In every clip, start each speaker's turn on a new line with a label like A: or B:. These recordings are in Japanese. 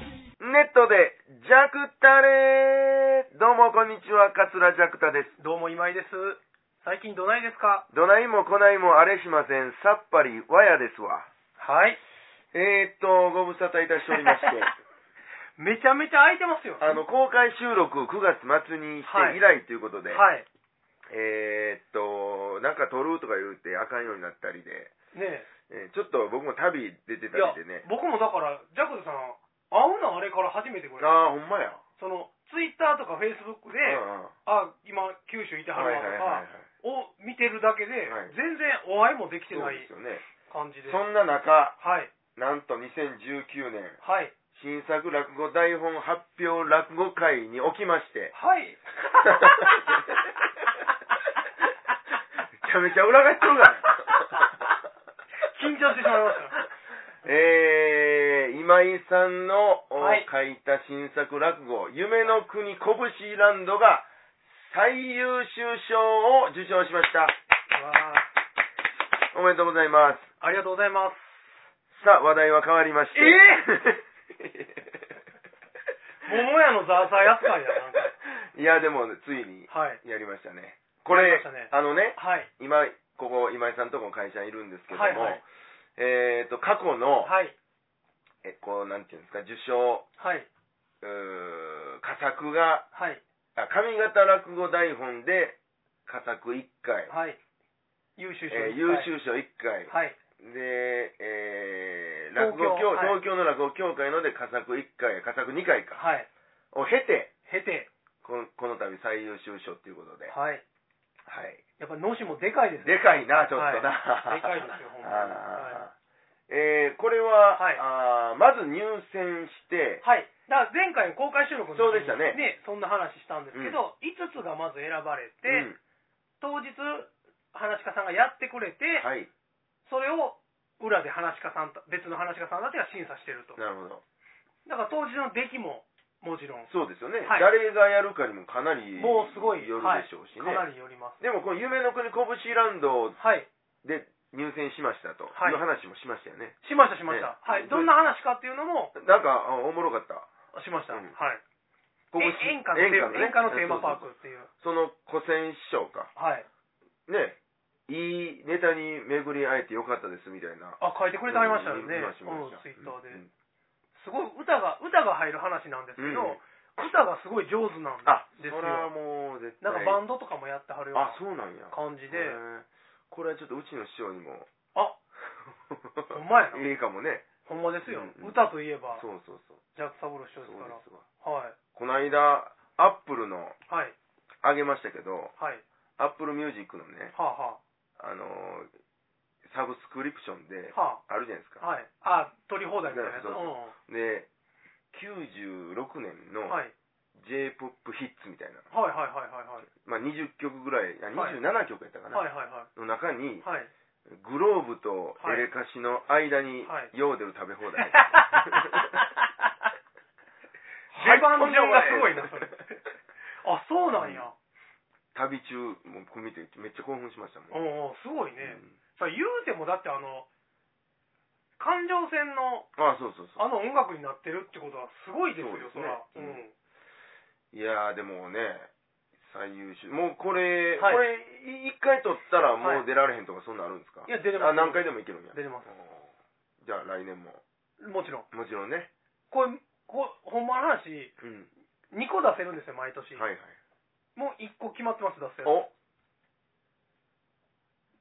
A: ことで、ジャクタレーどうもこんにちは、桂ジャクタです。
B: どうも今井です。最近どないですか
A: どないもこないもあれしません、さっぱりわやですわ。
B: はい。
A: えーっと、ご無沙汰いたしておりまして、
B: めちゃめちゃ空いてますよ。
A: あの、公開収録9月末にして以来ということで、
B: はい。
A: えーっと、なんか撮るとか言うてあかんようになったりで、
B: ね
A: えーちょっと僕も旅出て
B: え。
A: たりでね、
B: 僕もだから、ジャクさん、会うのあれから初めてこれ。
A: ああ、ほんまや。
B: その、ツイッターとかフェイスブックで、
A: うんうん
B: あ、今、九州いては
A: はい
B: る
A: はいはい
B: わ
A: はい
B: とか、を見てるだけで、
A: はい
B: 全然お会いもできて
A: そう
B: ない
A: ですよね。
B: 感じで。
A: そんな中、
B: はい。
A: なんと2019年、
B: はい。
A: 新作落語台本発表落語会におきまして、
B: はい。
A: めちゃめちゃ裏返ってるから。
B: 緊張してしまい ました。
A: えー、今井さんの、お
B: はい
A: 書いた新作落語、夢の国拳ランドが最優秀賞を受賞しました。
B: わあ
A: おめでとうございます。
B: ありがとうございます。
A: さあ、話題は変わりまして。
B: 桃屋のザーサー扱いやなんか
A: いや、でも、ついに
B: はい。
A: やりましたね。こ
B: や
A: れ
B: りました、ね
A: あのね、
B: はい。
A: 今、ここ、今井さんとこの会社にいるんですけども、
B: はいはい
A: えっ、と、過去の、
B: はい。
A: えこう、なんていうんですか、受賞、
B: はい。
A: うー佳作が、
B: はい。
A: あ上方落語台本で、佳作1回、
B: はい。優秀賞。
A: えー優秀賞1回、
B: はい。
A: で、えー
B: 東
A: 落
B: 京
A: 語協、
B: はい
A: 東京の落語協会ので佳作1回、佳作2回か、
B: はい。
A: を経て、
B: 経て。
A: このこの度最優秀賞ということで、
B: はい。
A: はい。
B: やっぱ、のしもでかいですね。
A: でかいな、ちょっとな。
B: はいでかいですよほんまに
A: あーえーこれは、
B: はい
A: あーまず入選して、
B: はい。だから前回の公開収録の時に
A: そうでしたね
B: ね、そんな話したんですけど、5つがまず選ばれて、
A: うん
B: 当日、話し家さんがやってくれて、
A: はい、
B: それを裏で話し家さんと、別の話し家さんたちが審査してると。
A: なるほど。
B: だから当日の出来も、もちろん、
A: そうですよね、
B: はい
A: 誰がやるかにもかなり
B: もうすごい
A: よるでしょうし
B: か
A: ね。
B: なりよります。
A: でも、この夢の国拳ランド
B: はい。
A: で入選しましたと、
B: はい
A: いう話もしましたよね。
B: しました、しまし
A: ね
B: た。はい。どんな話かっていうのも、
A: なんか、あおもろかった。
B: しました。
A: う
B: は
A: ん
B: い。
A: 拳
B: え演歌のテーマ演歌のテーマパーク
A: そうそうそう
B: っていう。
A: その古戦師匠か。
B: はい。
A: ね、いいネタに巡り会えてよかったですみたいな。
B: あ、書いてくれてはりましたよ
A: うん
B: ね。
A: 見ました見ま
B: うん
A: した、
B: ツイッターで
A: うん。
B: すごい歌が、歌が入る話なんですけ
A: うん
B: ど、歌がすごい上手なんで
A: あ、
B: です
A: それは
B: よ。
A: もう絶
B: な
A: 対。
B: んかバンドとかもやってはるよう
A: あ
B: な、
A: そうなんや。
B: 感じで、
A: へーこれはちょっとうちの師匠にも。
B: あ、ほんまやな
A: いいかもね。
B: ほんまですよ
A: うん。うん
B: 歌といえば、
A: そうそうそう。
B: ジャック・サブロー師
A: そう
B: 匠
A: で
B: ですから。
A: すわ。
B: はい。
A: この間、アップルの、
B: はい。
A: あげましたけど、
B: はい。
A: アップルミュージックのね、
B: はあ、は
A: あのーサブスクリプションで
B: あ、、は
A: あるじゃないです
B: あ、
A: か。
B: はい。あ、取り放題みたいなやつ。。
A: そううそうんで、96年の
B: はい。
A: J-POP ヒッツみたいな、
B: はいはいはいはいはい。
A: まあ20曲ぐらい、あ
B: はい
A: 27曲やったかな、
B: はいはいは
A: の中に
B: い。、はい。
A: グローブとエレカシの間に
B: はい
A: ヨーデル食べ放 題。
B: 廃盤順がすごいな、それ。あ、そうなんや。
A: 旅中、もうこれ見てめっちゃ興奮しましたもん。
B: おうおうすごいね。
A: うん
B: さ言うてもだってあの、環状線の
A: あそうそうそう。
B: あの音楽になってるってことはすごいですよ、
A: そ
B: そうら。
A: ですね
B: うん。
A: いやーでもね、最優秀。もうこれ、
B: はい
A: これ、い一回撮ったらもう出られへんとかそんなんあるんですか、
B: いや、出れます。
A: あ、何回でもいけるんや。
B: 出れます。
A: おーじゃあ来年も。
B: もちろん。
A: もちろんね。
B: これ、こほんまの話、
A: うん。
B: 2個出せるんですよ、毎年。
A: はいはい。
B: もう1個決まってます、出せる。
A: お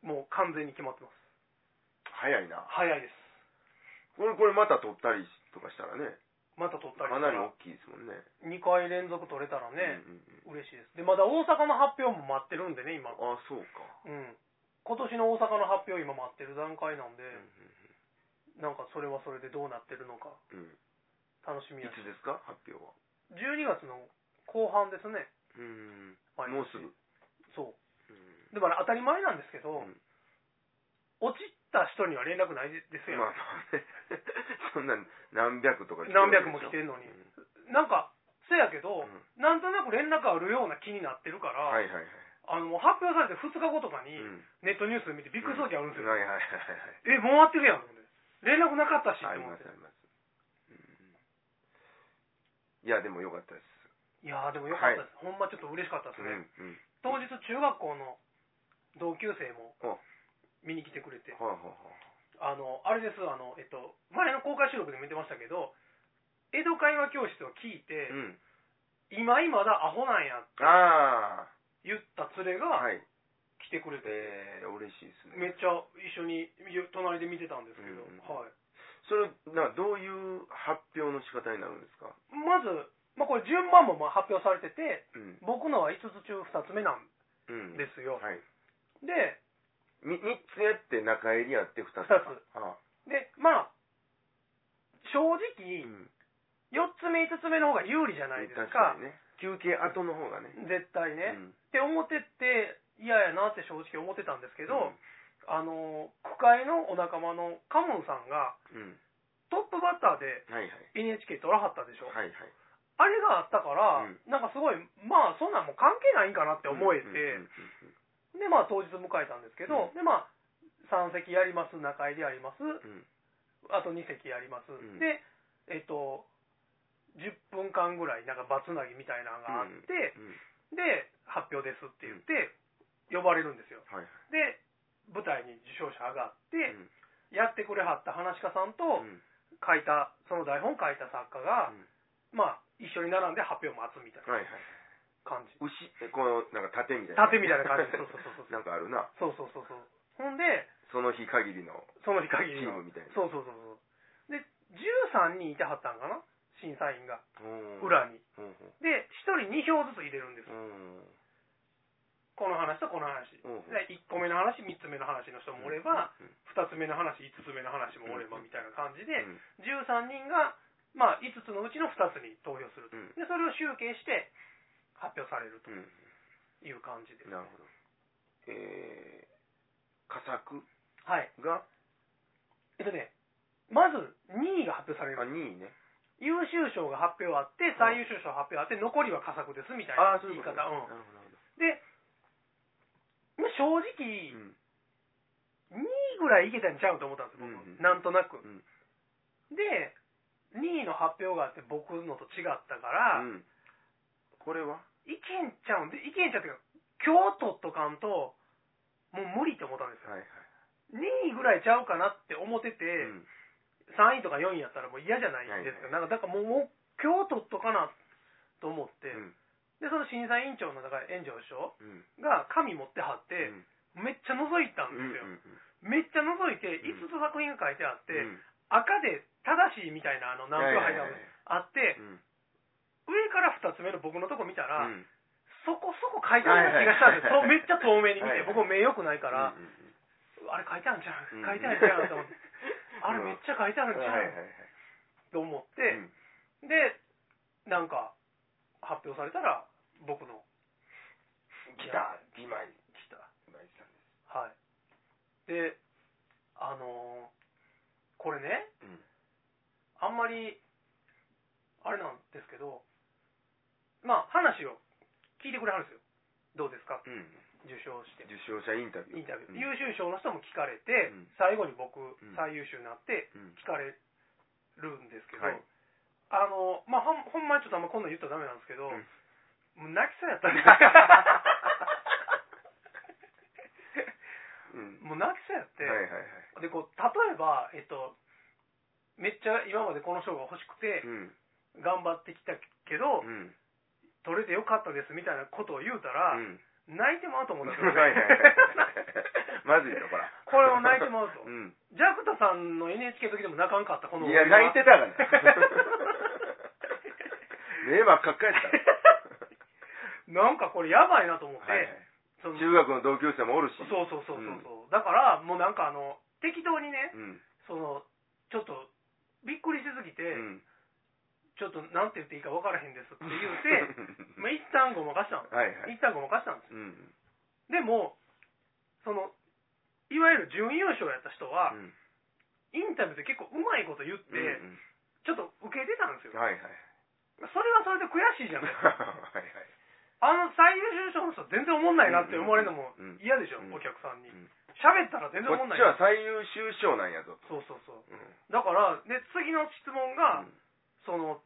B: もう完全に決まってます。
A: 早いな。
B: 早いです。
A: これ、これまた撮ったりとかしたらね、
B: また取ったり
A: かなり大きいですもんね。
B: 2回連続取れたらね、
A: うんうんうん
B: 嬉しいです。で、まだ大阪の発表も待ってるんでね、今。
A: あそうか、
B: うん、今年の大阪の発表を今待ってる段階なんで、
A: うん
B: なんかそれはそれでどうなってるのか
A: うんうん
B: 楽しみ
A: い
B: やし
A: つですか発表は
B: 12月の後半ですね
A: うん
B: 毎年
A: もうすぐ、
B: そううだから当たり前なんですけ
A: ん
B: ど、落ちた人には連絡ないですよ、
A: まあまあね そんな何百とか
B: 何百も来て
A: る
B: んのに
A: でしょ、
B: なんかせやけ
A: うん
B: ど、
A: うん
B: なんとなく連絡あるような気になってるか
A: は
B: ら、
A: いはいはい、
B: あのもう発表されて2日後とかに
A: うん、
B: ネットニュース見てびっくりする時あるんですよ、
A: はいはいはいはい
B: えもう終わってるやんと思って連絡なかったしっ
A: あ
B: て
A: り
B: 思
A: ま
B: って
A: すあります、いや、でもよかったです。
B: いやーでもよかったです、ほんまちょっと嬉しかったです
A: う
B: ね、
A: ん、うん。
B: 当日中学校の同級生も
A: おは
B: 見に来てくれて
A: あ、はあは
B: あのあれですあの、えっと、前の公開収録でも言ってましたけど江戸会話教室を聞い
A: あ。
B: て
A: う、ん。
B: 今今だアホなんや
A: あ
B: 言った連れ
A: あ。
B: が
A: はい。
B: 来てくれて、
A: えー、嬉しいです
B: め
A: ね。
B: っちゃ一緒にゆ隣で見てたんですけど、
A: うんうん
B: はい、
A: それ、などういう発表の仕方になるんですか
B: まず、まあ、これ順番もまあ発表されてて
A: うん。
B: 僕のは5つ中2つ目なん
A: うん。
B: ですよ、
A: はい。
B: で
A: み三つやって中襟やって二つか。
B: 二つ
A: ああ。
B: でまあ正
A: う
B: 直
A: ん。
B: 4つ目5つ目の方が有利じゃないです
A: 確
B: か
A: かにね。休憩後の方がね。
B: 絶対
A: う
B: ね、
A: ん。
B: って思ってて嫌やなって正直思ってたんですけ
A: け
B: ど、、あの区会のお仲間のカモンさんが
A: うん。
B: トップバッターで
A: はいはい。
B: NHK 取らはったでしょ、
A: はいはい。
B: あれがあったから、
A: うん
B: なんかすごいまあそんなんもう関係ないんかなって思えて、
A: うん
B: でまあ当日迎えたんですけど、
A: うん
B: でまあ3席やります中入りやります
A: うんうん
B: あと2席やります、
A: ん
B: でえっと10分間ぐらいなんかバツナギみたいなのがあって、
A: うんう
B: で
A: んうん
B: 発表ですって言って呼ばれるんですよ
A: はいはい。
B: で舞台に受賞者上がって、
A: うん
B: やってくれはった話家さんと
A: うん
B: 書いたその台本書いた作家が、
A: うん
B: まあ一緒に並んで発表待つみたいな
A: はいはい。
B: 感じ
A: 牛、えこの、なんか盾みたいな。
B: 盾みたいな 感じそうそうそうそう
A: なんかあるな。
B: そうそうそうそうほんで
A: その日限りの
B: その日
A: チ
B: 限り
A: ー
B: の
A: ムみたいな。
B: そうそうそうそうで13人いてはったんかな審査員が
A: うん
B: 裏に
A: うんうん
B: で1人2票ずつ入れるんです
A: うん
B: この話とこの話
A: うんうん
B: で1個目の話3つ目の話の人もおれば、
A: うん
B: 2つ目の話5つ目の話もおればみたいな感じで
A: うん
B: 13人が、まあ、5つのうちの2つに投票すると
A: うん
B: でそれを集計して発表されると
A: うん
B: いう感じです、
A: なるほど。えー、佳作
B: はい
A: が、
B: えっとねまず2位が発表され
A: あ、
B: る
A: 2位ね。
B: 優秀賞が発表あって最優秀賞発表あって残りは佳作ですみたいな
A: ああ、そうい
B: 言いう
A: こと
B: 方
A: ねな
B: う
A: る
B: ん
A: ほど、なる
B: でまあ正
A: ほど。
B: 直2
A: うん
B: 位ぐらいいけたんちゃうと思ったんです僕、
A: うんうん
B: なんとなく
A: うん
B: で2位の発表があって僕のと違ったから、
A: うん。これはい
B: けんちゃうんでいけんちゃうっていうか今日取っとかんともう無理って思ったんですよ
A: はいはい。
B: 2位ぐらいちゃうかなって思ってて、
A: うん
B: 3位とか4位やったらもう嫌じゃないですか、な
A: は
B: んかだからもうもう今日取っとかなと思って、
A: うん
B: でその審査委員長のだから園長師匠
A: うん
B: が紙持ってはって、
A: うん
B: めっちゃ覗いたん
A: うん
B: ですよ、
A: うん
B: めっちゃ覗いて
A: うん
B: 5つ作品が書いてあって、
A: うん
B: 赤で正しいみたいなあの何票入ったの
A: いやいやい
B: あ
A: やいや
B: って
A: うん
B: 上から2つ目の僕のとこ見たら、
A: うん
B: そこそこ書いてある気がしたんですよ、
A: はいはいはい
B: そうめっちゃ透明に見
A: はい
B: て、
A: はい
B: 僕も目良くないから、
A: うんうんうん
B: あれ書いてあるんちゃう
A: うん
B: 書いてあるんちゃうと思って、あれめっちゃ書いてあ
A: ゃ
B: るんちゃ
A: はい
B: う
A: は
B: と思っ
A: いはい。
B: て、で、なんか、発表されたら、僕の、
A: ギター、ギマイ、
B: 来た。
A: ギマイさん
B: はい。
A: で
B: で、あのーこれね、
A: す。うん
B: あんまり、あれなんですけど、まあ、話を聞いてくれはるんですよ。どうですか
A: うん
B: 受賞して。
A: 受賞者インタビ
B: イン
A: ュー。
B: タビュー、
A: うん
B: 優秀賞の人も聞かれて、
A: うん
B: 最後に僕、
A: ん
B: 最優秀になって
A: うん
B: 聞かれるんですけど、
A: はい
B: あのまあほんほんまにちょっとあんまこんなん言ったらダメなんですけど、
A: う
B: もう
A: ん
B: 泣きそうやったん で
A: うん
B: もう泣きそうやって、
A: はいはいはい。
B: でこう例えば、えっと、めっちゃ今までこの賞が欲しくて
A: うん。
B: 頑張ってきたけど、
A: うん。
B: 取れてよかったですみたいなことを言うたら、
A: うん
B: 泣いてまうと思うんですよ、
A: はいはいはいまずい よ、こら。
B: これを泣いてまうと
A: うん。
B: ジャクタさんの NHK の時でも泣かんかった、この
A: いや、泣いてたがな。 目ばっかっかやった。
B: なんかこれやばいなと思って、
A: はいはい
B: その
A: 中学の同級生もおるし。
B: そうそうそうそうそう、だからもうなんかあの適当にね
A: うん。
B: そのちょっとびっくりしすぎて、
A: うん。
B: ちょっとなんて言っていいか分からへんですって言う て まあ一旦ごまかしたん
A: はいはい。
B: 一旦ごまかしたんです
A: うん。
B: でもそのいわゆる準優勝やった人は、
A: うん
B: インタビューで結構うまいこと言って、
A: うん
B: ちょっと受けてたんです
A: うん
B: よ
A: はいはい。
B: そ れはそれで悔しいじゃ
A: は
B: ない
A: いはい。
B: あの最優秀賞の人全然おもんないなって思われるのも
A: うんうん
B: 嫌でしょ、
A: うん
B: お客さんに
A: うん
B: 喋、ったら全然
A: こ
B: おもん
A: っ
B: ない
A: ちは最優秀賞なんやぞと。
B: そうそうそう
A: うん
B: だからで次の質問が、その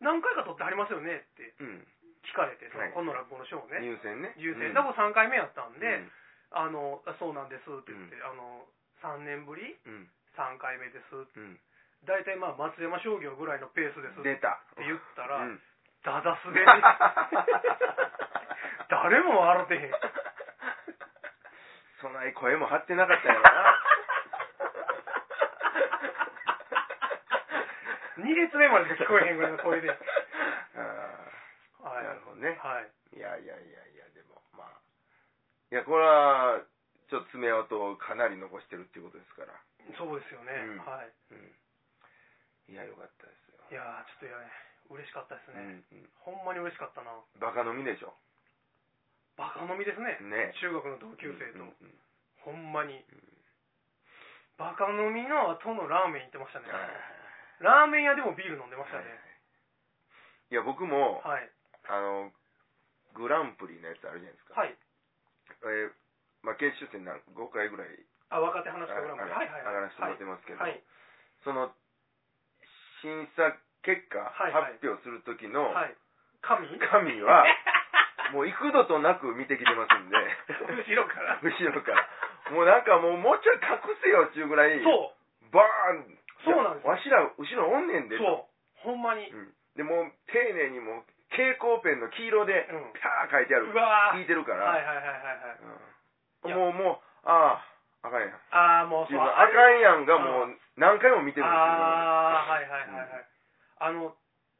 B: 何回か撮ってはりますよねって
A: うん。
B: 聞かれて、
A: はい
B: この落語のショーをね、
A: 入選ね。
B: 優
A: う
B: 先
A: ん
B: だこ3回目やったんで、
A: うん
B: あのあそうなんですって言って、あの3年ぶり
A: うん。
B: 3回目です
A: うん。
B: 大体まあ松山商業ぐらいのペースですって
A: 出た。
B: 言ったら、
A: うん
B: ダダ滑 り誰も笑ってへん
A: そない声も張ってなかったよな。
B: 2列目までし か聞こえへんぐらいの声 で、はい、
A: あーなるほどね。
B: はい、
A: いやいやいやいや、でも、まあ。いや、これは、ちょっと爪痕をかなり残してるっていうことですから。
B: そうですよね、
A: うん
B: はい
A: うん。いや、よかったですよ。
B: いやーちょっといやね嬉しかったです
A: う
B: ね、
A: んうん
B: ほんまに嬉しかったな
A: バカ飲みでしょ。
B: バカ飲みですね
A: ね。
B: 中学の同級生と、
A: うんうん
B: ほんまに、バカ飲みの後のラーメン行ってましたね、
A: はいはい
B: ラーメン屋でもビール飲んでました
A: はい
B: ね、
A: いや、僕も、
B: はい
A: あの、グランプリのやつあるじゃないですか。
B: はい
A: えーまあ、決勝戦なん5回ぐらい
B: あ若手話
A: あ
B: し家グランプリ
A: あ
B: はいはい
A: 上がらせてもらって
B: ま
A: ますけど、
B: はい
A: その審査結果、
B: はいはい
A: 発表する時の
B: はい神、
A: 神は、もう幾度となく見てきてますん で
B: 後ろから
A: 後ろから。もうなんかもう、もうちょい隠せよっていうぐらい、
B: そう
A: バーン
B: そうなんですよ
A: わしら、後ろおんねんでと。
B: そうほんまに、
A: うんで、もう丁寧にもう、蛍光ペンの黄色で、
B: うん
A: パー書いてある
B: う。わ
A: 聞
B: ー
A: いてるか
B: はいはいは
A: ら、
B: いはいはい
A: う
B: い
A: ん
B: や
A: もう、もう、ああ、あかんやん。
B: ああもう
A: 自
B: そう
A: 分あかんやんがもう、何回も見てるんですよ。
B: ああはいはいはいはい、あの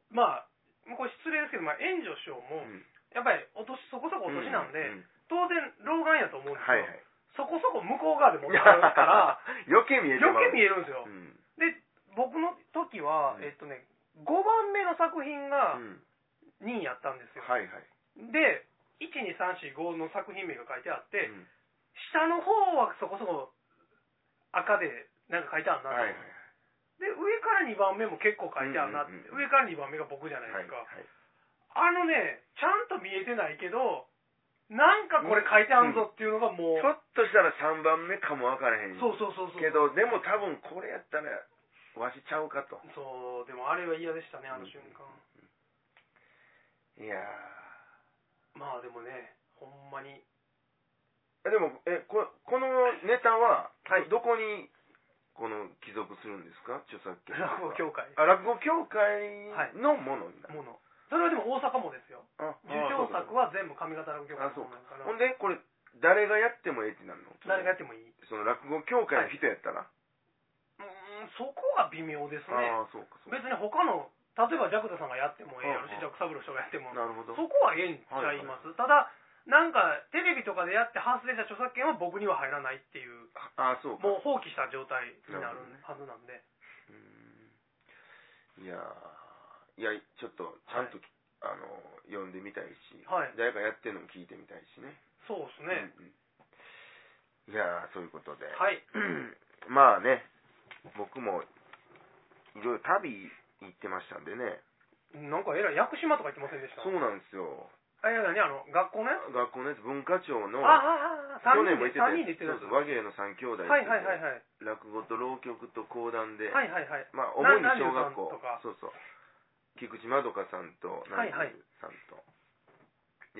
B: まあこれ失礼ですけど、まあ、援助師匠も、
A: うん
B: やっぱりお年そこそこお年なんで、
A: うう
B: 当然老眼やと思うんです
A: はい
B: よ、
A: はい。
B: そこそこ向こう側で持ってはるから
A: 余計見えて
B: 余
A: まう
B: 計見えるんですよ、
A: うん
B: で僕の時は、
A: うん
B: えっとね5番目の作品が
A: うん
B: 2位やったんですよ、
A: はいはい。
B: で12345の作品名が書いてあって、
A: うん
B: 下の方はそこそこ赤でなんか書いてあるな
A: はい
B: と、
A: はい
B: で
A: はい。
B: 上から2番目も結構書いてあるなって、
A: うんう
B: 上
A: んうん
B: から2番目が僕じゃない
A: はい
B: ですか、
A: はい
B: あのねちゃんと見えてないけどなんかこれ書いてあるぞっていうのがもう、
A: ちょっとしたら3番目かもわからへん。
B: そうそうそうそう
A: けど、でも多分これやったら、わしちゃうかと。
B: そうでもあれは嫌でしたねあの瞬間、
A: いや
B: まあでもねほんまに
A: ーでも、え、ここのネタは、
B: はい
A: どこに、この、帰属するんですか著作権。
B: 落語協会
A: あ、落語協会のものになる。
B: ものそれはでも大阪もですよ
A: あ
B: 受賞作は全部上方落語協会の
A: あそ
B: も
A: う
B: のだから
A: ほんで、これ、誰がやってもええってなるの
B: 誰がやってもいい、
A: その落語協会の人やった
B: う
A: ら。
B: ーんそこが微妙ですね
A: ああ、そうか、そうか。
B: 別に他の例えばジャクダさんがやってもええやろし
A: う
B: ジ
A: ん
B: ャクサブロー師匠がやっても
A: なるほど。
B: そこはええんちゃいます、ただなんかテレビとかでやって発生した著作権は僕には入らないっていう
A: ああ、そうか。
B: もう放棄した状態になるはずなんで、
A: いやーいや、ちょっと、ちゃんと、あの、読んでみたいし、
B: はい
A: 誰かやってるのも聞いてみたいしね。
B: そうですね、
A: うんうんいやーそういうことで。
B: はい
A: まあね、僕も、いろいろ旅行ってましたんでね。
B: なんかえらい屋久島とか言ってませんでした
A: そうなんですよ。
B: あいや何あの学校ね
A: 学校のやつ、文化庁の、
B: ああ
A: 去
B: 3
A: 年
B: 人
A: も
B: で
A: 行ってた
B: 三人で行ってたや
A: そう
B: つ
A: そう和芸の三兄弟って
B: はいはいはいはい
A: 落語と浪曲と講談で、
B: はいはいはい
A: まあ、主に
B: な
A: 小学校
B: 南條さんとか
A: そうそう菊池まどかさんと
B: はいはい
A: 南條さん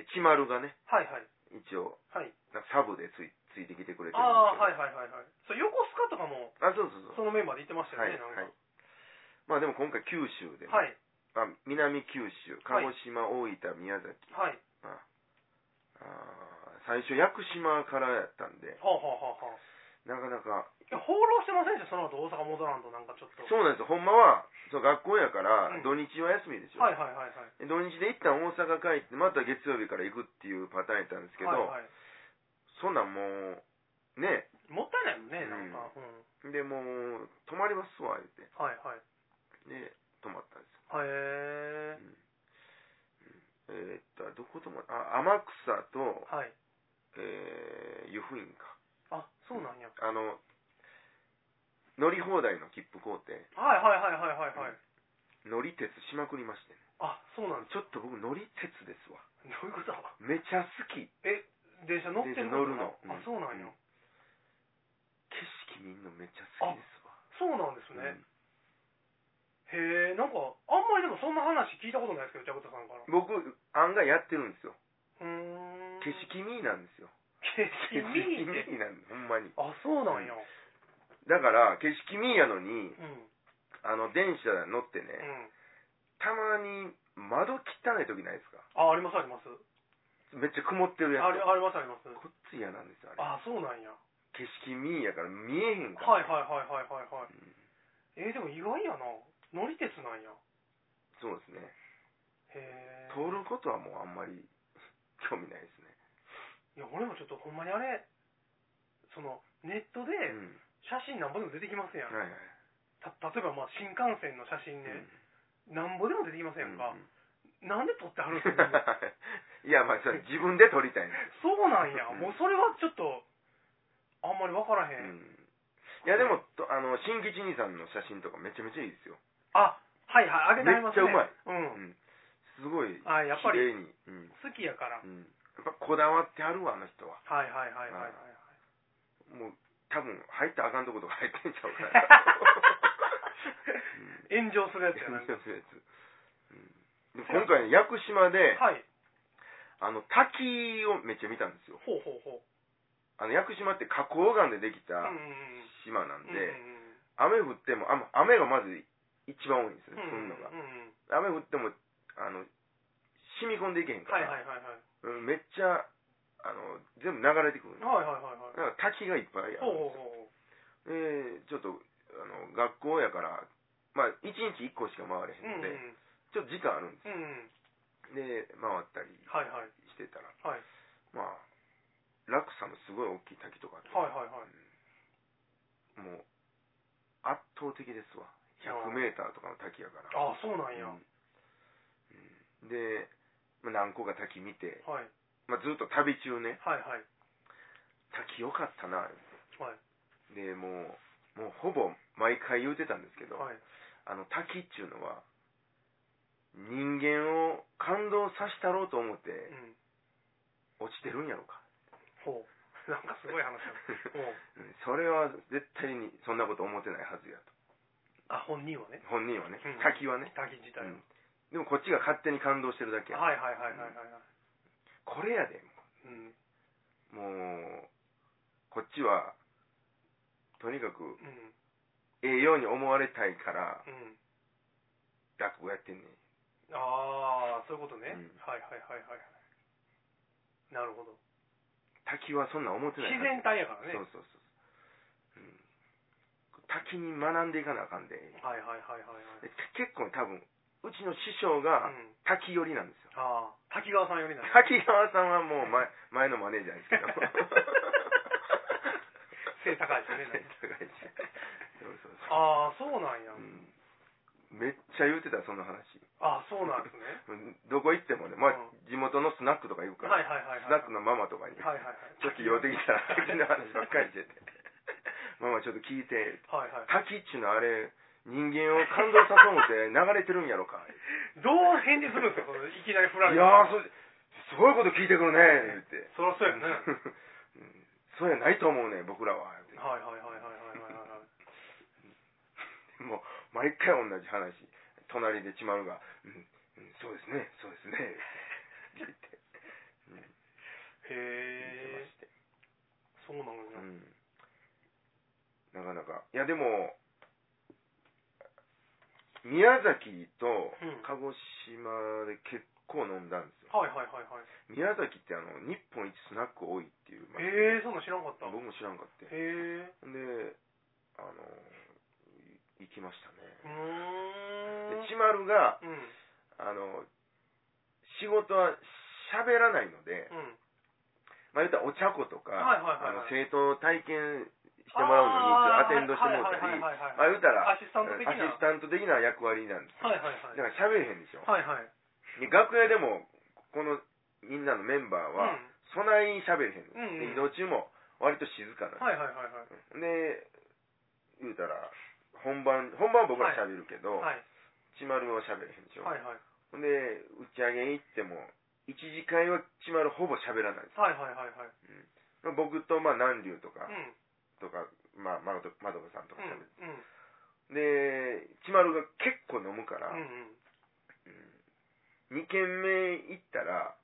A: と、でちまるがね
B: はいはい
A: 一応
B: はい
A: なんかサブでついついてきてくれてるんですけど
B: ああはいはいはいはいそう横須賀とかも
A: あそうそ
B: そ
A: うそう
B: のメンバーで行ってました
A: は
B: よ
A: い
B: ね、なん
A: はいまあでも今回九州でね、
B: かはい
A: あ南九州鹿児島、大分宮崎
B: はい
A: まああー最初屋久島からやったんで
B: はあはあはあはあ
A: なかなか
B: いや放浪してませんでしたその後大阪戻らんとなんかちょっと
A: そうなんですよほんまはそう学校やから
B: うん
A: 土日は休みでしょ、
B: はいはいはいはい
A: で土日で一旦大阪帰ってまた月曜日から行くっていうパターンやったんですけど、
B: はいはい、
A: そんなんもうね
B: もったいないもんねなんか、うん
A: でもう泊まりますわ言って
B: はいはい
A: で泊まったんです
B: へえ
A: よえー、っとどこ泊まっあ天草と、
B: はい
A: えー、湯布院か
B: あそうなんや、
A: あの乗り放題の切符買うて
B: はいはいはいはいはいはい、
A: うん乗り鉄しまくりましてね、
B: あそうなんです
A: ちょっと僕乗り鉄ですわ
B: どういうことだ
A: めちゃ好き
B: え電車乗ってる
A: 電車乗るの
B: あそうなんや、
A: うん景色見んのめっちゃ好きですわ
B: そうなんですね、へえー、
A: うん
B: なんか、あんまりでもそんな話聞いたことないですけど、ジャクタさんから。う
A: 僕、案外やってるんですよ。
B: ーん。
A: 景色見ーなんですよ。
B: 景色見
A: 景
B: えて。
A: 色見ーなんです、ほんまに。
B: あ、そうなんや。
A: だから、景色見ーやの
B: うん。うん。
A: に、あの、電車乗ってね、たまに窓汚い時ないですか
B: あ、ありますあります。
A: めっちゃ曇ってるや
B: あり
A: つ。
B: ありますあります。
A: こっち嫌なんですよ、
B: あ、
A: あれ。
B: そうなんや。
A: 景色見ーやから見えへんか
B: は
A: ら。
B: いはいはいはいはいはい。えー、でも意外やな。乗り鉄なんや。
A: そうですね。
B: へえ。
A: 通ることはもうあんまり 興味ないです
B: い
A: ね。
B: や、俺もちょっとほんまにあれ、その、ネットで
A: うん。
B: 写真なんぼでも出てきますやん。
A: はいはい。
B: た例えばまあ新幹線の写真
A: う
B: ね
A: ん、
B: なんぼでも出てきますやんか。
A: うんうん
B: なんで撮ってはるんですか
A: いや、まあ、それ自分で撮りたいんです。
B: そうなんや。もうそれはちょっと、あんまりわからへ。
A: うんんいや、でも、とあの、新吉兄さんの写真とかめちゃめちゃいいですよ。
B: あ、はいはい、あげてありますね。
A: めっちゃ
B: うまい。うん。
A: うん。すごい、
B: あやっぱり
A: 綺麗に。うん。
B: 好きやから。
A: うん。やっぱこだわってあるわ、あの人は。
B: はいはいはいはいはいはい。。
A: もう、多分、入ったらあかんとことが入ってんちゃうから
B: 炎上するやつやな
A: うんん
B: か。
A: そういうやつうんで今回、ね、屋久島で、
B: はい。
A: あの、滝をめっちゃ見たんですよ。
B: ほうほうほう。
A: あの、屋久島って花崗岩ででき
B: うん
A: た
B: うん
A: 島なんで、
B: うん。
A: 雨降っても、あま雨がまず一番多いんですよ
B: うん
A: ね、
B: うんうん。うんうん
A: 降るのが
B: う。んうん
A: 雨降っても、あの、染み込んでいけへんか
B: はい
A: ら、
B: はいはいはい。
A: うんめっちゃ、あの、全部流れてくるんです
B: はいはいはいはい。
A: だから滝がいっぱいあ
B: ほう
A: る。
B: ほうほう。
A: で、ちょっと、あの、学校やから、まあ、1日1個しか回れへ
B: うん
A: んの
B: うん。う
A: で、ちょっと時間あるんで
B: んうん。
A: す。で、回ったり
B: はいはい。
A: してたら、
B: はい。
A: まあ、落差のすごい大きい滝とかあって、
B: はいはいはい。
A: もう、圧倒的ですわ。100メーターとかの滝やから。
B: あ、そうなんや。
A: うんで、まあ、何個か滝見て、
B: はい。
A: まあ、ずっと旅中ね、
B: はいはい。
A: 滝良かったな、
B: はい。
A: で、もう、もうほぼ毎回言うてたんですけど、
B: はい。
A: あの滝っていうのは、人間を感動させたろうと思って
B: うん。
A: 落ちてるんやろ か。
B: ほう。なんかすごい話だ。ほう。
A: うんそれは絶対にそんなこと思ってないはずやと。
B: あ、本人はね。
A: 本人はね
B: うん、
A: 滝はね。
B: 滝自体は。
A: うんでもこっちが勝手に感動してるだけや。
B: はいはいはいはいはいはい。
A: これやで、
B: うん。
A: もう、こっちは、とにかく
B: うん。
A: ええように思われたいから
B: うん。
A: 落語やってんねん
B: ああ、そういうことね。
A: うん
B: はいはいはいはいはい。なるほど。
A: 滝はそんな思って
B: 自
A: ない
B: 然体やからね。
A: そうそうそう、うん、滝に学んでいかなあかんで
B: はいはいはいはいはい。
A: で結構多分うちの師匠が
B: うん。
A: 滝寄りなんですよ、
B: ああ、滝川さんよ りなんだ。
A: 滝川さんはもう前前 のマネージャーですけど
B: 背高いですね
A: 背高いしそうそうそう
B: ああ、そうなんや。
A: うんめっちゃ言うてたその話
B: ああ、そうなんです ね。
A: うんどこ行ってもね、まあ
B: う、
A: 地元のスナックとか行くか
B: は
A: ら、
B: いはいはい
A: ス
B: は
A: ナ
B: い。
A: ックのママとかに、
B: はいはいはい。
A: ちょっと寄ってきたら滝の話ばっかりし てて。ママちょっと聞いて、
B: はいはい。
A: 滝っちゅうのはあれ、人間を感動さそうって流れてるんやろか。い
B: どう返事するんですか、そのいきなり振られて。
A: やー、それ、すごいこと聞いてくるね、って言って。
B: そらそうやね。
A: うんそうやないと思うね、僕らは。言う
B: はいはいはいはいはいはいはい。
A: てもう、毎回同じ話。隣でちまるが、うん、うんそうですね、そうですね、って言って言ってま
B: へえ
A: して。
B: そうなのよ、
A: うんなかなか。いや、でも、宮崎と
B: うん
A: 鹿児島で結構飲んだんですよ。
B: はいはいはいはい
A: 宮崎ってあの、日本一スナック多いっていう、まあ
B: へえそんなん知らんかったへ
A: 僕も知らんかって。で、
B: え
A: あの、い行きました
B: うー
A: ね。
B: ん
A: で、ちまるが、
B: うんうん
A: あの、仕事は喋らないので、まあ言ったらお茶子とか、
B: はいはいはいはい
A: あの生徒体験してもらうのに、アテンドしてもらったり、
B: はいはいはい
A: まあ言うたら
B: アシスタント的な
A: アシスタント的な役割なんです。
B: はいはい
A: だ
B: はい
A: から喋れへんでしょ。
B: はいはい
A: で楽屋でも、このみんなのメンバーは、そないに喋れへん
B: うんうん
A: で移動中も割と静か
B: うん
A: な。
B: はいはいはいはい
A: で、言うたら、本番、本番は僕ら喋るけど、
B: はい
A: ちまるは喋れへんでしょ。
B: はいはい
A: ほんで、打ち上げ行っても、一次会はちまるほぼ喋らないで
B: はいはいはいはい
A: す。僕と、まあ、南竜とか
B: う、ん
A: とか、まあ、まどまどかさんとか喋る。
B: うんうん
A: で、ちまるが結構個飲むから、
B: う
A: うんん2軒目行ったら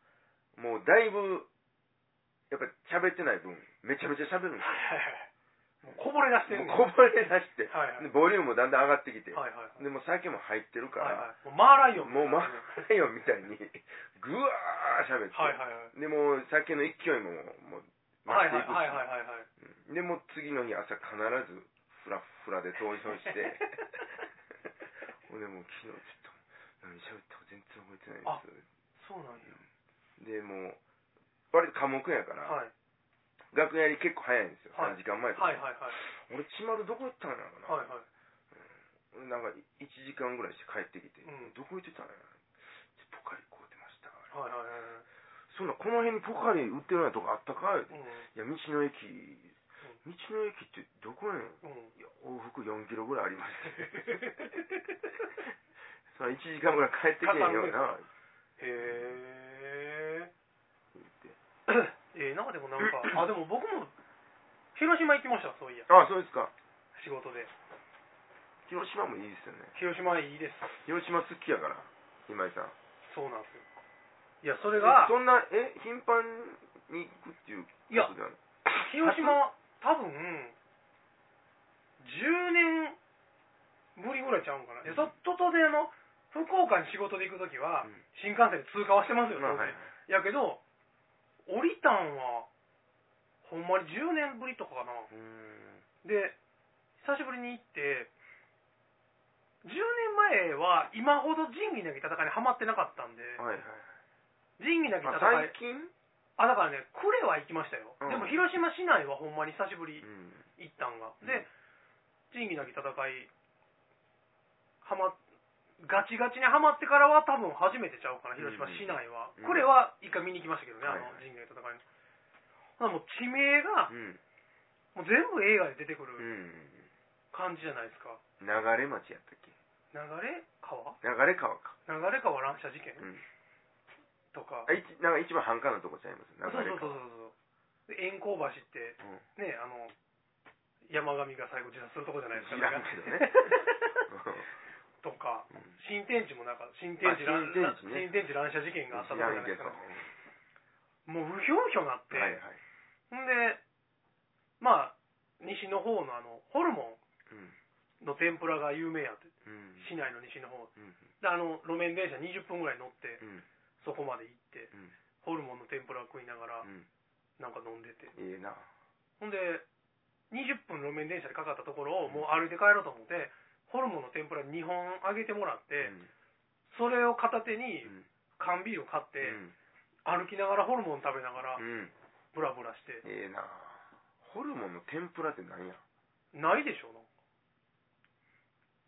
A: もうだいぶやっぱ喋ってない分めちゃめちゃ喋
B: う
A: るん
B: ん。
A: で
B: はいはいはい。もうこぼれ出して
A: す
B: る。
A: よもうこぼれ出して、
B: はいはい。
A: でボリュームもだんだん上がってきて、
B: はいはい。
A: でもう酒も入ってるか
B: はいは
A: ら、
B: い、もうマーライオン
A: もうマ
B: は
A: ーライオンみたいにぐわー喋って、
B: いはいはい。
A: でもう酒の勢いももう増
B: はい
A: し
B: は
A: て
B: いはいはいはいはい。
A: いくし、うんでもう次の日朝必ずフラッフラで投票して 俺もう昨日ちょっと何喋ったか全然覚えてない
B: そうなんや。
A: ですでもう割と寡黙やから、
B: はい。
A: 楽屋入り結構早いんですよ、
B: はい
A: 3時間前と
B: はいはい
A: か、
B: はい。
A: 俺ちまるどこ行ったんやろ
B: はい
A: な、
B: はい。
A: なんか1時間ぐらいして帰ってきて、
B: うん
A: どこ行ってたんやちょポカリ買うてました
B: はいはいはい
A: そんなこの辺にポカリ売ってるようなとこあったかい、
B: はい。う
A: いや道の駅道の駅ってどこやねん
B: ん。 うん。
A: いや往復4キロぐらいありました その1時間ぐらい帰ってけへんような
B: へえ。
A: 言って
B: ええな、でもなんか、あ、でも僕も、広島行きました、そういや。
A: あそうですか
B: 仕事で。
A: 広島もいいですよね
B: 広島いいです。
A: 広島好きやから今井さん
B: そうなんですよ。いや、それが、
A: そんなえ頻繁に行くっていうこと
B: いや
A: ではない
B: 広島、多分、10年ぶりぐらいちゃうんかな。で、と、ととであの、福岡に仕事で行くときは
A: うん、
B: 新幹線で通過はしてますよ、
A: まあ
B: 当
A: はい
B: 然やけど、降りたんは、ほんまに10年ぶりとかかな。
A: うーん
B: で、久しぶりに行って、10年前は今ほど仁義なき戦いにハマってなかったんで、
A: はいはい
B: 仁義なき
A: あ
B: 戦い
A: 最、近
B: あ、だからね、呉は行きましたよ。
A: うん
B: でも広島市内はほんまに久しぶり
A: うん
B: 行ったんが。
A: うん
B: で、仁義なき戦い、はま、ガチガチにはまってからは多分初めてちゃうかな、広島市内は。
A: うん
B: これは一回見に行きましたけどね、あ
A: はい
B: の
A: はい
B: 仁義なき戦いの。ほなもう地名が
A: う、
B: も
A: ん
B: う全部映画で出てく
A: う
B: る
A: ん
B: 感じじゃないですか。
A: 流れ町やったっけ
B: 流れ川
A: 流れ川か
B: 流れ川乱射事件
A: うん
B: とか
A: あ。いちなんか一番繁華なとこちゃいます流
B: そうそう
A: れ
B: そう
A: 川
B: そう。で、円光橋って、
A: うん
B: ね、あの、山上が最後自殺するとこじゃないですか。
A: 知らんけどね
B: と か、
A: うん
B: 新天地もなんか、新天地
A: あ
B: 乱
A: 新天地ね
B: 新天地乱射事件があった
A: 知
B: とこ
A: ら
B: じゃな
A: ん
B: いで
A: け
B: す
A: ど
B: か
A: は。
B: もう、うひょうひょなって、
A: いはい
B: んで、まあ、西の方のあの、ホルモ
A: うん
B: ンの天ぷらが有名やって、
A: うん
B: 市内の西の方。
A: うん
B: で、あの、路面電車20分ぐらい乗って、
A: うん
B: そこまで行って、
A: うん
B: ホルモンの天ぷら食いながら
A: う、ん
B: なんか飲んでて。
A: ええな
B: ほんで、20分路面電車でかかったところを、もう歩いて帰ろうと思って、ホルモンの天ぷら2本あげてもらっ
A: う
B: て、
A: ん
B: それを片手に
A: うん
B: 缶ビールを買って、
A: うん
B: 歩きながらホルモン食べながら、
A: うん
B: ブラブラして、
A: ええなホルモンの天ぷらって何や
B: ないでしょうな。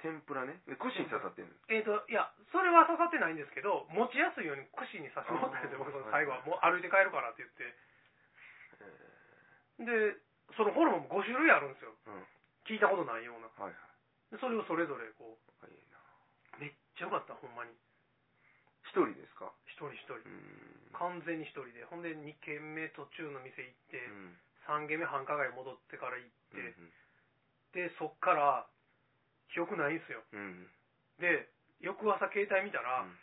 A: 天ぷらねえ串に刺さってんの
B: えーと、いや、それは刺さってないんですけど、持ちやすいように串に刺してもらったんですよ、
A: あ
B: 僕
A: ー
B: その最後は。もう歩いて帰るからって言って。で、そのホルモンも5種類あるんですよ。
A: うん
B: 聞いたことないような。
A: はいはい
B: でそれをそれぞれこう、
A: ええな
B: めっちゃよかった、ほんまに。
A: 一人ですか
B: 一人一人。
A: うん
B: 完全に一人でほんで2軒目途中の店行って、
A: う
B: 3
A: ん
B: 軒目繁華街戻ってから行って、
A: うん
B: でそっから記憶ないんすよ
A: うん
B: で翌朝携帯見たら、
A: うん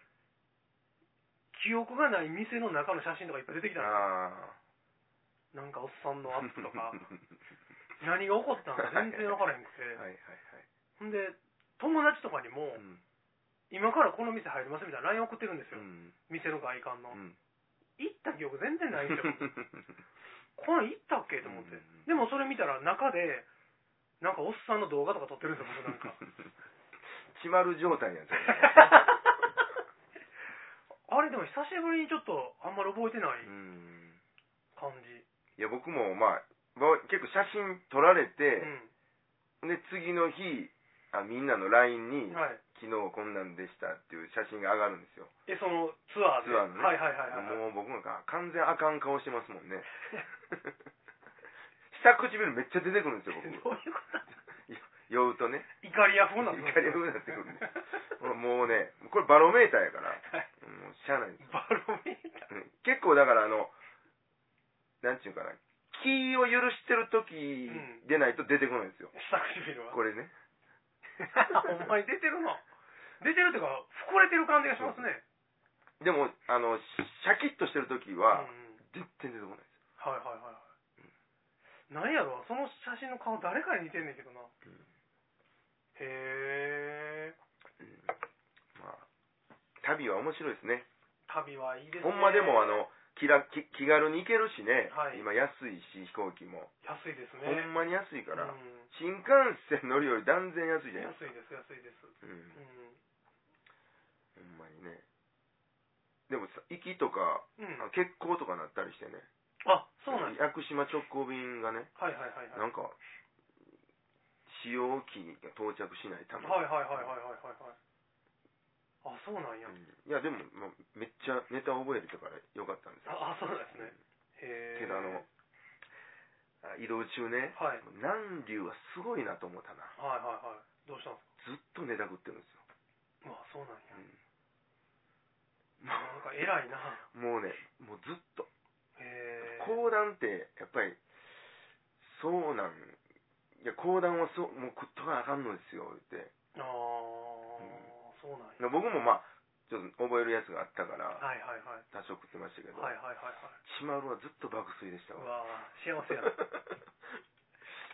B: 記憶がない店の中の写真とかいっぱい出てきたの
A: あ
B: なんかおっさんの
A: あ
B: アップとか
A: はい
B: 何が起こったのか全然分からへんくて、
A: はいはい
B: ほんで友達とかにも、
A: うん
B: 今からこの店入りますみたいな LINE 送ってるんです
A: う
B: よ、
A: ん
B: 店の外観の、
A: うん
B: 行った記憶全然ないんですよ
A: う
B: これ行ったっけと思って、
A: うん
B: でもそれ見たら中でなんかおっさんの動画とか撮ってるんですよ僕なん か
A: 決まる状態やつ
B: あれでも久しぶりにちょっとあんまり覚えてない
A: うん
B: 感じ、
A: いや僕もまあぼ結構写真撮られ
B: う
A: て、
B: ん
A: で次の日あみんなの LINE に、
B: はい、
A: 昨日こんなんでしたっていう写真が上がるんですよ、
B: えそのツアーで
A: ツアーのね
B: はいはいはいはい、
A: もう僕なんか完全あかん顔してますも んね下唇めっちゃ出てくるんですよ
B: どうい
A: 僕
B: うこと
A: 酔うとね
B: イカリア風
A: 怒
B: なん
A: り
B: です
A: 風になってくるんでもうねこれバロメーターやからもうしゃあないです
B: バロメーター
A: うん結構だからあのなんちゅうかな気を許してる時でないと出てこないんですよ、
B: 下唇は
A: これね
B: お前出てるの出てるというか、膨れてる感じがしますね。
A: でも、あの、シャキッとしてる時
B: う
A: は、
B: んうん
A: 全然出てこないで
B: はいはいはいはい。なんやろ、その写真の顔誰かに似てんねんけどな。へえ。
A: す。まあ、旅は面白いですね。
B: 旅はいいですね。
A: ほんまでも、あの、気ら気気軽に行けるしね、
B: はい
A: 今安いし、飛行機も。
B: 安いですね。
A: ほんまに安いから、
B: うん
A: 新幹線乗るより断然安いじゃない
B: 安
A: ですか。
B: いです安いです。
A: うん
B: う
A: ほんまにね。でもさ、行きとか、
B: ん。うん。
A: あ欠航とかなったりしてね。
B: あ、そうなんです。
A: 屋久島直行便がね、
B: はいはいはいはい。
A: なんか、使用機が到着しないために。
B: はいはいはいはいはいはいはい。あ、そうなんや。
A: いや、でも、まあ、めっちゃネタ覚えれたからよかったんですよ。
B: あ、あそうなんですね。へえ。
A: けど、あの
B: はい、
A: あ移動中ね、
B: はい
A: 南竜はすごいなと思ったな。
B: はいはい。どうしたんで
A: ずっとネタ食ってるんですよ。
B: すか。あ、そうなんや。
A: も
B: なんか偉いな。
A: うもうね、もうずっと。
B: へえ。
A: 講談って、やっぱり、そうなん、いや、講談はそう、もう食っとかなあかんのですよ、って。
B: ああ、そうなんや。
A: 僕もまあ、ちょっと覚えるやつがあったから、
B: はいはいはい。
A: 多少食ってましたけど、
B: はいはいはいはい。
A: チマルはずっと爆睡でした
B: う
A: わ。
B: わあ、幸せ やな。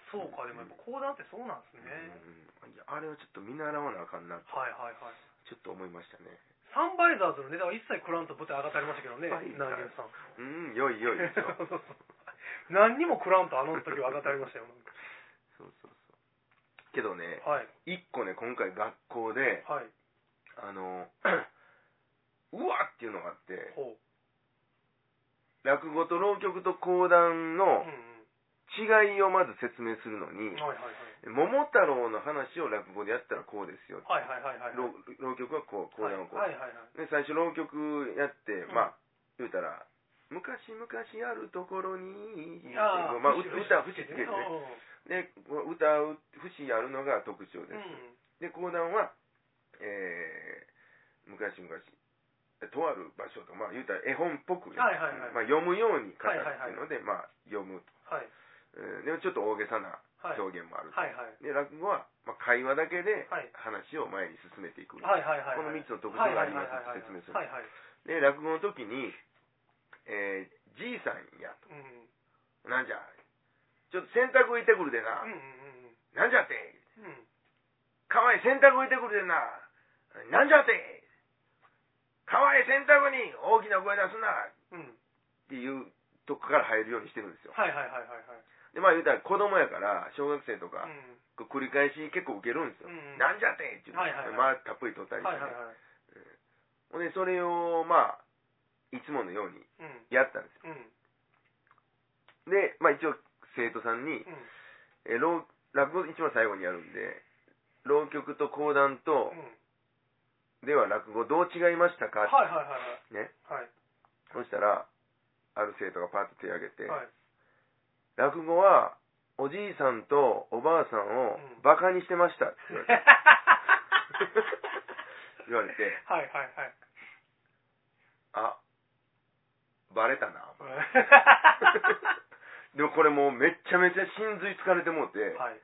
B: そうか、でもやっぱ講談ってそうなんですね。
A: うんいやあれはちょっと見習わなあかんな
B: はいはいはい。
A: ちょっと思いましたね
B: サンバイザーズのネタは一切食らんと舞台上がってありましたけどね、
A: はい
B: 南流さん。
A: うんよいよ いですよ
B: 何にも食らんとあの時は上がってありましたよ。
A: そうそうそうけどね
B: はい。
A: 一個ね今回学校で
B: はい。
A: あの うわっていうのがあって
B: ほう。
A: 落語と浪曲と講談
B: うん
A: の
B: う
A: 違いをまず説明するの
B: ん。
A: に
B: はいはい
A: 桃太郎の話を落語でやったらこうですよ
B: はい。はいはいはいはい。
A: 浪浪曲はこう講談はこう
B: はいはいはい。
A: で最初浪曲やって、
B: うん
A: まあ言うたら「昔々あるところに」
B: ああ
A: まあ、う歌節つけてね
B: うん
A: でこう歌う節あるのが特徴です、
B: うん。
A: で講談は、えー昔々とある場所とかまあ言うたら絵本っぽくね、
B: はいはいはい
A: まあ、読むように語るっていうので、まあ読むと、
B: はい。
A: うんでもちょっと大げさな
B: はい。
A: 表現もある、
B: はいはい。
A: で落語は、まあ、会話だけで
B: はい
A: 話を前に進めていく、
B: はいはいはいはい。
A: この三つの特徴があります
B: はいはいはいはい
A: 説明する
B: はいはい。
A: で落語の時に、えーじいさんや
B: うん。
A: となんじゃちょっと洗濯行ってくるで
B: う
A: な、
B: んうん
A: なんじゃって
B: うんうん。うん。
A: 川へ洗濯行ってくるでななんじゃって川へ洗濯に大きな声出すな
B: うん。
A: っていうとこから入るようにしてるんですよ
B: はいはいはいはいはい。
A: でまあ言うたら子供やから小学生と
B: うん。
A: か、こう繰り返し結構受けるんですよ、
B: うん
A: なんじゃってっていうの
B: はいはいはい
A: まあたっぷり取ったりして
B: はいはいはい。
A: ね、ほんでそれをまあいつものように
B: うん。
A: やったん
B: う
A: です
B: ん。
A: よでまあ一応生徒さんに、
B: うん。
A: えー浪落語一番最後にやるんで浪曲と講談
B: う
A: と
B: ん。
A: では落語どう違いました
B: は
A: か、
B: いはいはいはい。
A: ね
B: はい。
A: そしたらある生徒がパッと手を挙げて、
B: はい。
A: 落語はおじいさんとおばあさんを
B: うん
A: バカにして ましたって言われて、言われて
B: はいはいはい。
A: あバレたな
B: はい
A: でもこれもうめっちゃめちゃ心髄疲れてもうて、
B: はい。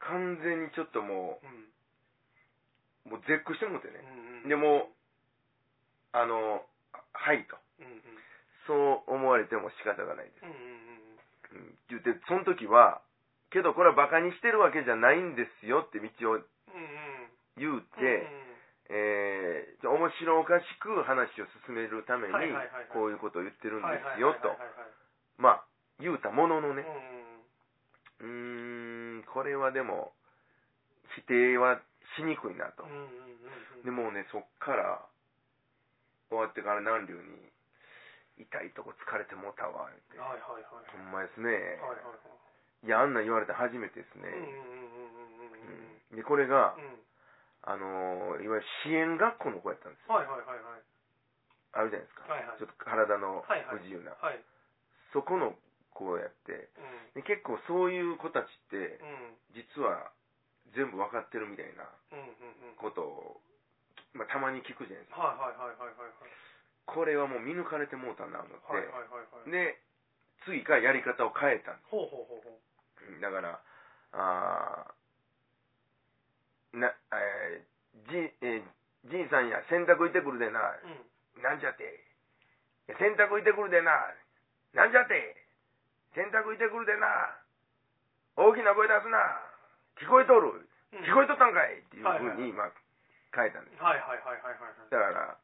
A: 完全にちょっとも
B: うん。
A: うもう絶句してもうてね、
B: うんうん
A: でもあのはいと
B: うんうん
A: そう思われても仕方がないです
B: うんうんうん。
A: うんって言って、その時は、けどこれはバカにしてるわけじゃないんですよって道を
B: うんうん。
A: 言うて、
B: う
A: えー、面白おかしく話を進めるために
B: はいはいはいはい、
A: こういうことを言ってるん
B: んはい
A: で
B: はいはいはいはい
A: すよと、まあ、言うたもののね、
B: う
A: うーん、これはでも、否定はしにくいなと
B: ん。うんうんうんうん。
A: でもうね、そっから、終わってから南流に、痛いとこ疲れてもうたわ、って。
B: はいはいはい。
A: ほんまですね。
B: はいはい
A: いや、あんなん言われて初めてですね
B: はい。うん。うんうんうんうんうんうん。
A: で、これが、
B: うん。
A: あのーいわゆる支援学校の子やったんですよ。
B: はいはいはいはい。
A: あるじゃないですか。
B: はいはい
A: ちょっと体の
B: はいはい
A: 不自由な。
B: はい。
A: そこの子をやって、
B: うん。
A: で結構そういう子たちって、
B: うん。
A: 実は全部わかってるみたいな
B: うんうんうん。
A: ことを、まあ、たまに聞くじゃないですか。
B: はいはいはいはいはいはい。
A: これはもう見抜かれてもうたな、思って。
B: はいはいはいはい。
A: で、次からやり方を変えたんで
B: ほうほうほうほう。
A: すうんだから、あーな、えーじ、えーなんや、洗濯いてくるでな。
B: うん。
A: なんじゃって。いや洗濯いてくるでな。なんじゃって。洗濯いてくるでな。大きな声出すな。聞こえとる。
B: うん
A: 聞こえとったんかいっていう
B: はい
A: ふうに、まあ、変えたんです。
B: はいはいはいはいはいはい。
A: だから、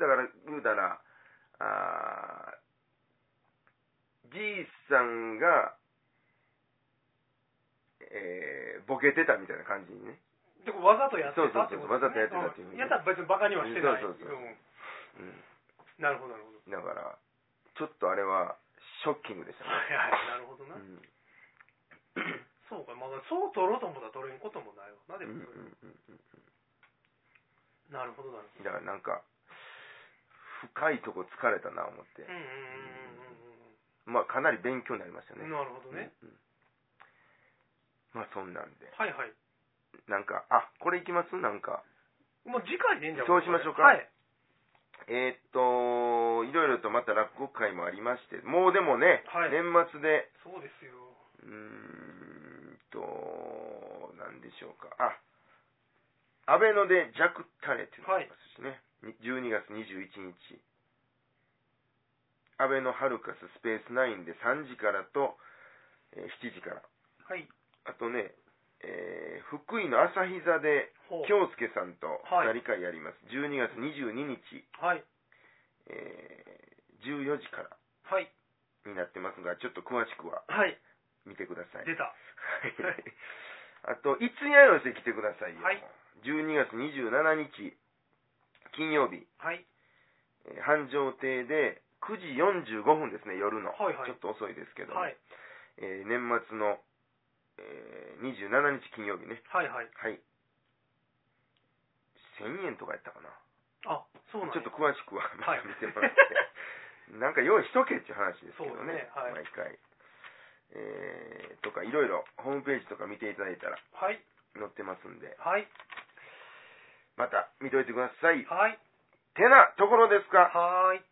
A: だから、言うたら、あーじいさんが、えーボケてたみたいな感じにね。
B: でもわざとやってたってこと
A: そうそうそうわざとやってたっていう
B: うんやったら別にバカにはしてない。
A: そうそうそうんうん
B: なるほどなるほど。
A: だから、ちょっとあれは、ショッキングでしたね。
B: はいはい、なるほどな。
A: うん
B: そうか、まあ、そう取ろうと思ったら取れんこともないわな、で
A: う
B: も
A: んうん
B: それ、
A: うんうん
B: なるほどなるほど。
A: だからなんか、深いとこ疲れたな、思って
B: うん。うん
A: まあ、かなり勉強になりました
B: うんうんうんうん。な
A: ね。
B: るほどね。
A: うんうんまあ、そんなんで。
B: はいはい。
A: なんか、あ、これいきますなんか。
B: もう次回でいいんじゃん
A: そうしましょうか
B: はい。
A: えーっと、いろいろとまた落語会もありまして、もうでもね、
B: はい
A: 年末で、
B: そうですよ。
A: うーんと、なんでしょうか。あ、安倍のでジャクタレっていうのがありますしね。12月21日。安倍のハルカススペース9で3時からと、えー7時から。
B: はい。
A: あとね、えー福井の朝日座で
B: ほう。
A: 京介さんと
B: はい
A: 2人会やります。12月22日、
B: はい。
A: えー14時から
B: はい。
A: になってますが、ちょっと詳しくは
B: はい。
A: 見てください。
B: 出た。
A: はいあと、いつにあよせ来てくださいよ。
B: はい
A: 12月27日、金曜日、
B: はい。
A: えー繁盛亭で9時45分ですね、夜の。
B: はいはい
A: ちょっと遅いですけども、
B: はい。
A: えー年末の、えー27日金曜日ね。
B: はいはい。
A: はい。1000円とかやったかな。
B: あ、そうなん
A: ちょ
B: や
A: っと詳しくは、ま
B: はい
A: た見てもらって。なんか用意しとけっていう話ですけど
B: そう
A: ね、
B: ですねはい
A: 毎回。えーとか、いろいろ、ホームページとか見ていただいたら、
B: はい。
A: 載ってますんで、
B: はい。
A: また見といてください。
B: はい。
A: てなところですか。
B: はーい。